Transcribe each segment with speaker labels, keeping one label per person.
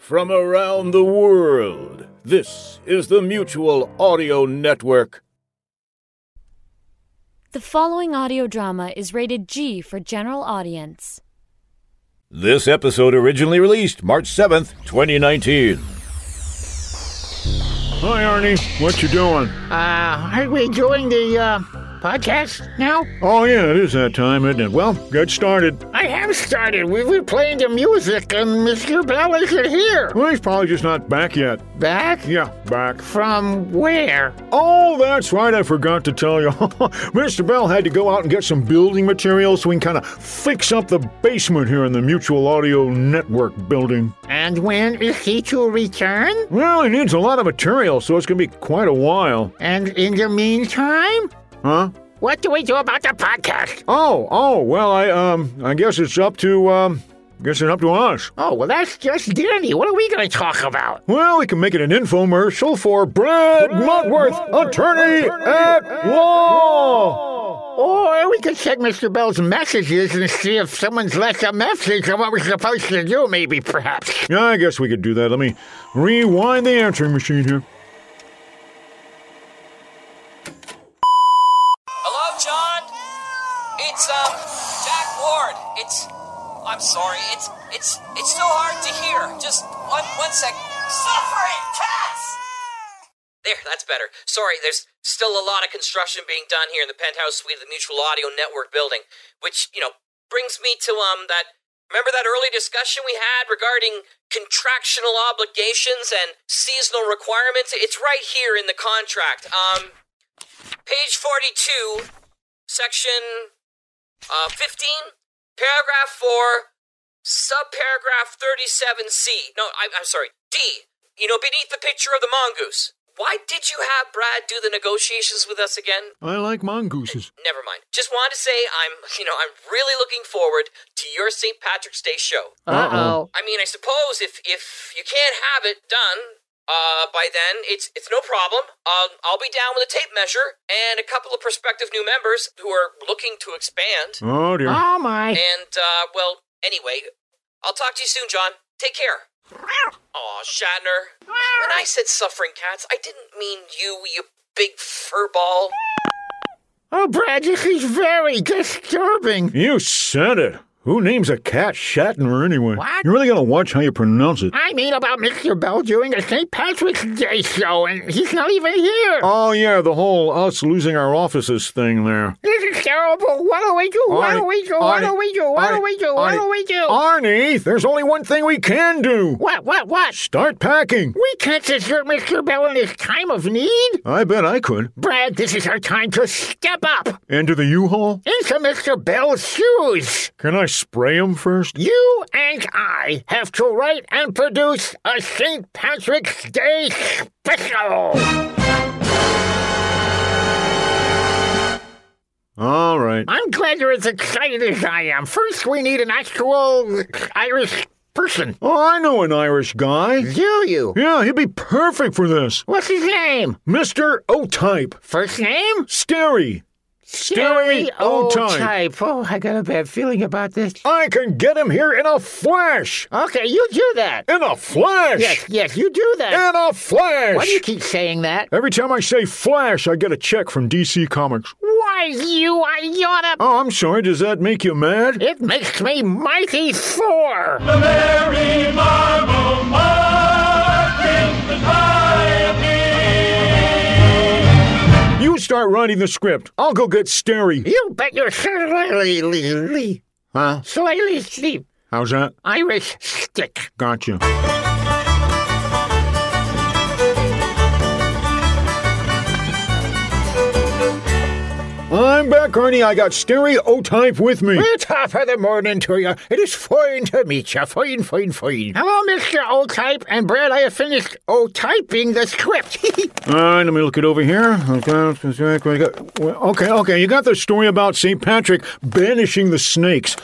Speaker 1: From around the world, this is the Mutual Audio Network.
Speaker 2: The following audio drama is rated G for general audience.
Speaker 1: This episode originally released March 7th, 2019.
Speaker 3: Hi, Arnie. What you doing?
Speaker 4: Uh, are we doing the uh, podcast now?
Speaker 3: Oh, yeah, it is that time, isn't it? Well, get started.
Speaker 4: I have started. We were playing the music, and Mr. Bell isn't here.
Speaker 3: Well, he's probably just not back yet.
Speaker 4: Back?
Speaker 3: Yeah, back.
Speaker 4: From where?
Speaker 3: Oh, that's right. I forgot to tell you. Mr. Bell had to go out and get some building materials so we can kind of fix up the basement here in the Mutual Audio Network building.
Speaker 4: And when is he to return?
Speaker 3: Well, he needs a lot of material, so it's going to be quite a while.
Speaker 4: And in the meantime,
Speaker 3: Huh?
Speaker 4: what do we do about the podcast?
Speaker 3: Oh, oh, well, I, um, I guess it's up to, um, guess it's up to us.
Speaker 4: Oh, well, that's just dandy. What are we going to talk about?
Speaker 3: Well, we can make it an infomercial for Brad, Montworth, attorney, at law.
Speaker 4: Or we could check Mr. Bell's messages and see if someone's left a message on what we're supposed to do, maybe, perhaps.
Speaker 3: Yeah, I guess we could do that. Let me rewind the answering machine here.
Speaker 5: Hello, John. It's um Jack Ward. It's I'm sorry. It's it's it's so hard to hear. Just one one sec. Suffering cats. There, that's better. Sorry, there's still a lot of construction being done here in the penthouse suite of the Mutual Audio Network building, which you know brings me to um that. Remember that early discussion we had regarding contractional obligations and seasonal requirements? It's right here in the contract. Um, page 42, section uh, 15, paragraph 4, subparagraph 37C. No, I, I'm sorry, D. You know, beneath the picture of the mongoose. Why did you have Brad do the negotiations with us again?
Speaker 3: I like mongooses.
Speaker 5: Never mind. Just wanted to say I'm, you know, I'm really looking forward to your St. Patrick's Day show.
Speaker 4: Uh oh.
Speaker 5: I mean, I suppose if if you can't have it done uh, by then, it's it's no problem. Um, I'll be down with a tape measure and a couple of prospective new members who are looking to expand.
Speaker 3: Oh, dear.
Speaker 4: Oh, my.
Speaker 5: And uh, well, anyway, I'll talk to you soon, John. Take care. Aw, Shatner. When I said suffering cats, I didn't mean you, you big furball.
Speaker 4: Oh, Brad, this is very disturbing.
Speaker 3: You said it. Who names a cat Shatner anyway?
Speaker 4: What?
Speaker 3: You really gotta watch how you pronounce it.
Speaker 4: I mean about Mr. Bell doing a St. Patrick's Day show, and he's not even here.
Speaker 3: Oh, yeah, the whole us losing our offices thing there.
Speaker 4: This is terrible. What do we do? What do
Speaker 3: Arnie,
Speaker 4: we do? What do
Speaker 3: Arnie,
Speaker 4: we do? What do
Speaker 3: Arnie,
Speaker 4: we do? What do
Speaker 3: Arnie,
Speaker 4: we do?
Speaker 3: Arnie, there's only one thing we can do.
Speaker 4: What, what, what?
Speaker 3: Start packing.
Speaker 4: We can't desert Mr. Bell in his time of need.
Speaker 3: I bet I could.
Speaker 4: Brad, this is our time to step up
Speaker 3: Into the U-Haul?
Speaker 4: into Mr. Bell's shoes.
Speaker 3: Can I spray him first?
Speaker 4: You and I have to write and produce a St. Patrick's Day special.
Speaker 3: All right.
Speaker 4: I'm glad you're as excited as I am. First, we need an actual Irish person.
Speaker 3: Oh, I know an Irish guy.
Speaker 4: Do you?
Speaker 3: Yeah, he'd be perfect for this.
Speaker 4: What's his name?
Speaker 3: Mr. O-Type.
Speaker 4: First name?
Speaker 3: Scary.
Speaker 4: Stereotype. Oh, I got a bad feeling about this.
Speaker 3: I can get him here in a flash.
Speaker 4: Okay, you do that.
Speaker 3: In a flash.
Speaker 4: Yes, yes, you do that.
Speaker 3: In a flash.
Speaker 4: Why do you keep saying that?
Speaker 3: Every time I say flash, I get a check from DC Comics.
Speaker 4: Why, you, I oughta.
Speaker 3: Oh, I'm sorry. Does that make you mad?
Speaker 4: It makes me mighty sore.
Speaker 3: You start writing the script. I'll go get Stary.
Speaker 4: You bet you're slightly,
Speaker 3: Huh?
Speaker 4: slightly sleep.
Speaker 3: How's that?
Speaker 4: Irish stick.
Speaker 3: Gotcha. I'm back, Ernie. I got stereotype with me.
Speaker 4: Well, top of the morning to you. It is fine to meet you. Fine, fine, fine. Hello, Mr. O-Type, and Brad, I have finished O-typing the script.
Speaker 3: All right, let me look it over here. Okay, okay, okay. You got the story about St. Patrick banishing the snakes.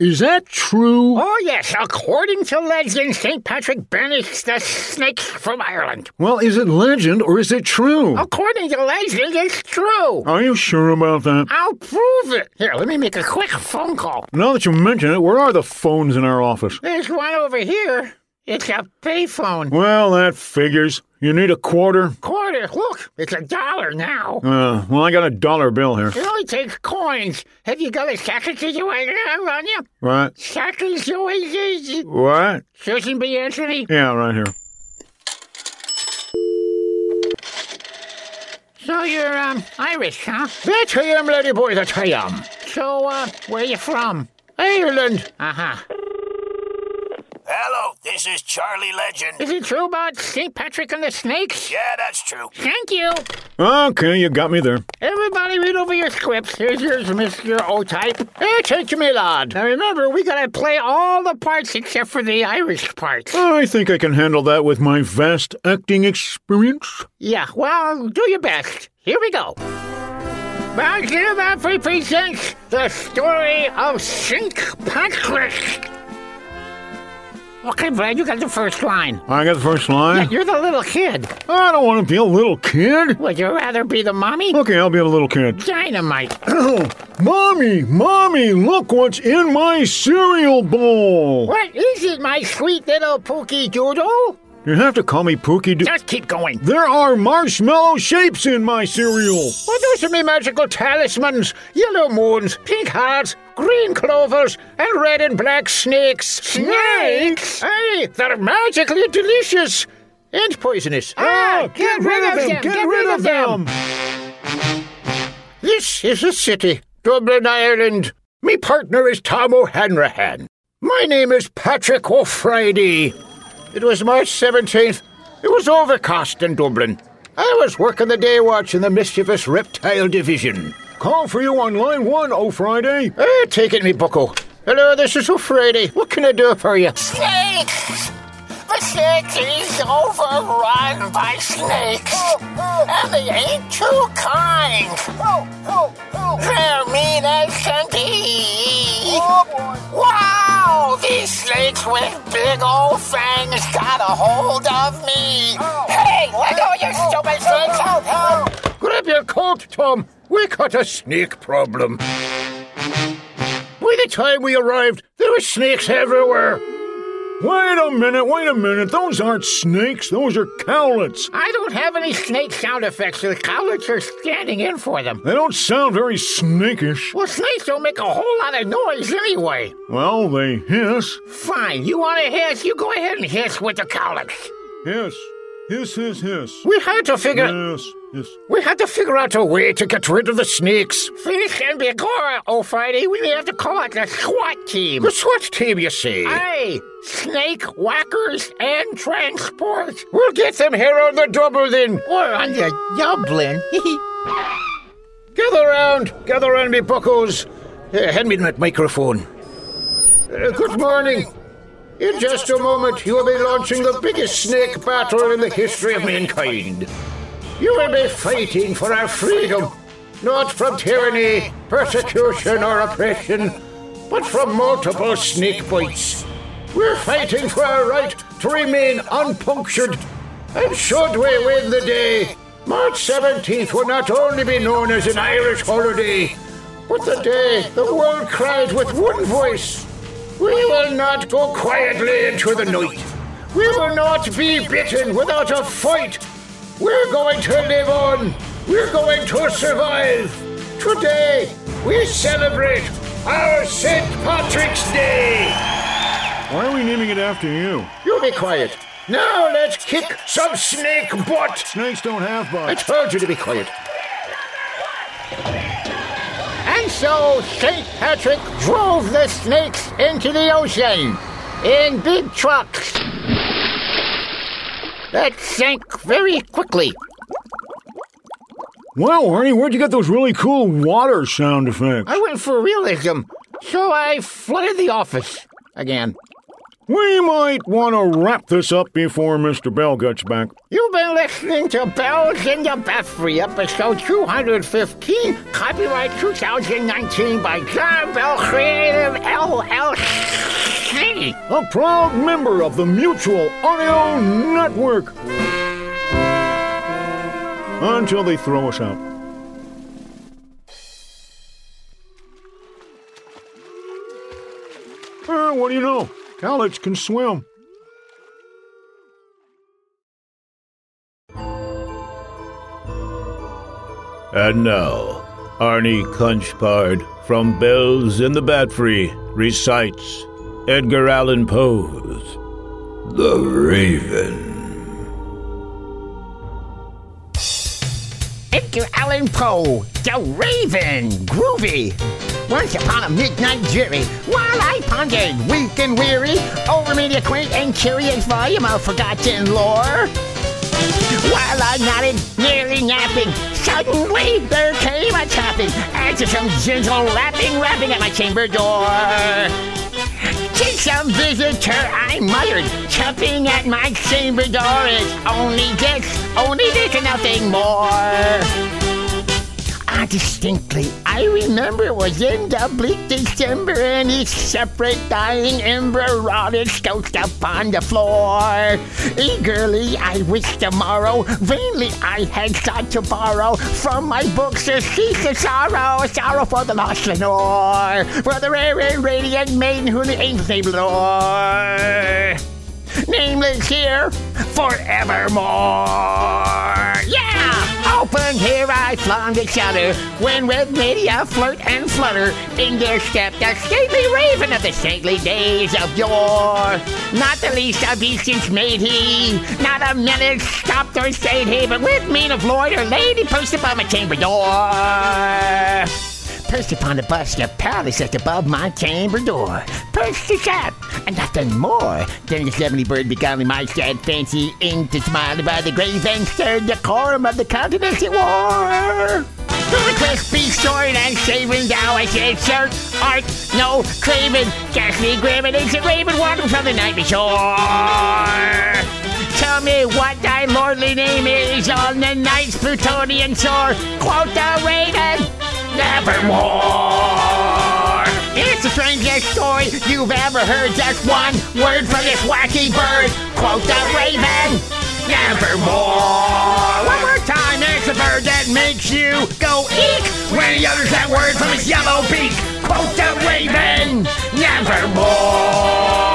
Speaker 3: Is that true?
Speaker 4: oh, yes, according to legend, St. Patrick banished the snakes from Ireland.
Speaker 3: Well, is it legend or is it true?
Speaker 4: According to legend, it's true.
Speaker 3: Are you sure about that?
Speaker 4: I'll prove it. Here, let me make a quick phone call.
Speaker 3: Now that you mention it, where are the phones in our office?
Speaker 4: There's one over here. It's a payphone.
Speaker 3: Well, that figures. You need a quarter?
Speaker 4: Quarter, look, it's a dollar now.
Speaker 3: Uh, well, I got a dollar bill here.
Speaker 4: It only takes coins. Have you got a sacker situation on you?
Speaker 3: Right?
Speaker 4: Sacker situation?
Speaker 3: What?
Speaker 4: Susan B. Anthony?
Speaker 3: Yeah, right here.
Speaker 4: So you're, um, Irish, huh? That I am, lady boy, that I am. So, uh, where you from? Ireland. Uh-huh.
Speaker 6: Hello, this is Charlie Legend.
Speaker 4: Is it true about St. Patrick and the snakes?
Speaker 6: Yeah, that's true.
Speaker 4: Thank you.
Speaker 3: Okay, you got me there.
Speaker 4: Everybody read over your scripts. Here's yours, Mr. O-Type. Hey, take me, lad. Now remember, we gotta play all the parts except for the Irish parts.
Speaker 3: I think I can handle that with my vast acting experience.
Speaker 4: Yeah, well, do your best. Here we go. Mount Zimbabwe presents the story of St. Patrick. Okay, Brad, you got the first line.
Speaker 3: I got the first line.
Speaker 4: You're the little kid.
Speaker 3: I don't want to be a little kid.
Speaker 4: Would you rather be the mommy?
Speaker 3: Okay, I'll be a little kid.
Speaker 4: Dynamite.
Speaker 3: mommy, mommy, look what's in my cereal bowl.
Speaker 4: What is it, my sweet little pookie doodle?
Speaker 3: You have to call me Pookie. Do-
Speaker 4: Just keep going.
Speaker 3: there are marshmallow shapes in my cereal.
Speaker 4: Well, Oh, those are my magical talismans yellow moons, pink hearts, green clovers, and red and black snakes.
Speaker 3: Snakes?
Speaker 4: Aye, they're magically delicious and poisonous.
Speaker 3: Ah, get rid of them! Get rid of them!
Speaker 4: This is a city, Dublin, Ireland. Me partner is Tom O'Hanrahan. My name is Patrick O'Friday. It was March 17th. It was overcast in Dublin. I was working the day watch in the mischievous reptile division.
Speaker 3: Call for you on line one, O Friday.
Speaker 4: Ah, take it, me bucko. Hello, this is O'Friday. What can I do for you?
Speaker 7: Snakes! The city is overrun by snakes. And they ain't too kind. They're mean as can be. Wow! These snakes with big old fangs got a hold of me. Hey, let go, you stupid snakes! Help, help!
Speaker 4: Grab your coat, Tom. We got a snake problem. By the time we arrived, there were snakes everywhere.
Speaker 3: Wait a minute, wait a minute. Those aren't snakes, those are cowlets.
Speaker 4: I don't have any snake sound effects, so the cowards are standing in for them.
Speaker 3: They don't sound very snakish.
Speaker 4: Well, snakes don't make a whole lot of noise anyway.
Speaker 3: Well, they hiss.
Speaker 4: Fine, you want to hiss? You go ahead and hiss with the cowlicks.
Speaker 3: Hiss. Hiss, hiss, hiss.
Speaker 4: We had to figure
Speaker 3: Yes, yes.
Speaker 4: we had to figure out a way to get rid of the snakes. Finish and be gone, oh Friday. We may have to call out the SWAT team. The SWAT team, you see. Aye, snake whackers and transport. We'll get them here on the double then, or on the Dublin. gather round, gather round, me buckles. Uh, hand me that microphone. Uh, good morning. In just a moment, you will be launching the biggest snake battle in the history of mankind. You will be fighting for our freedom, not from tyranny, persecution, or oppression, but from multiple snake bites. We're fighting for our right to remain unpunctured. And should we win the day, March 17th will not only be known as an Irish holiday, but the day the world cried with one voice we will not go quietly into the night. We will not be bitten without a fight. We're going to live on. We're going to survive. Today, we celebrate our St. Patrick's Day.
Speaker 3: Why are we naming it after you?
Speaker 4: You be quiet. Now let's kick some snake butt.
Speaker 3: Snakes don't have
Speaker 4: I
Speaker 3: butts.
Speaker 4: told you to be quiet. And so St. Patrick drove the snakes into the ocean in big trucks that sank very quickly.
Speaker 3: Wow, Arnie, where'd you get those really cool water sound effects?
Speaker 4: I went for realism, so I flooded the office again.
Speaker 3: We might want to wrap this up before Mr. Bell gets back.
Speaker 4: You've been listening to Bells in the Belfry, episode 215, copyright 2019 by John Bell Creative LLC.
Speaker 3: A proud member of the Mutual Audio Network. Until they throw us out. Eh, what do you know? Alex can swim.
Speaker 1: And now, Arnie Kunchpard from Bells in the Bat Free recites Edgar Allan Poe's The Raven.
Speaker 4: Edgar Allan Poe, The Raven, groovy. Once upon a midnight jury, while I pondered, weak and weary, over many a quaint and curious volume of forgotten lore. While I nodded, nearly napping, suddenly there came a tapping, as if some gentle lapping, rapping at my chamber door. Tis some visitor, I muttered, chopping at my chamber door. It's only this, only this, and nothing more. Ah, distinctly, I remember it was in the bleak December, and each separate dying ember rotted scoached upon the floor. Eagerly I wished tomorrow, vainly I had sought to borrow from my books to cease the sorrow, sorrow for the lost Lenore, for the rare and radiant maiden whom the angels named Lenore. Nameless here forevermore. Yeah! Open here I flung the shutter, when with many a flirt and flutter, in there stepped a stately raven of the stately days of yore. Not the least of beasts made he, not a minute stopped or stayed he, but with mien of lord or lady posted by my chamber door. Perched upon the bust of palace that's above my chamber door. Perched the shop, and nothing more. Then the seventy bird beguiling my sad fancy into smiling by the grave and stirred the quorum of the countenance it wore. To the crispy sword and shaven thou I said, Sir, art no craven. Ghastly graven is a raven wandering from the night before. Tell me what thy lordly name is on the night's Plutonian shore. Quote the raven, nevermore. It's the strangest story you've ever heard. Just one word from this wacky bird. Quote the raven, nevermore. One more time, it's the bird that makes you go eek when he utters that word from his yellow beak. Quote the raven, nevermore.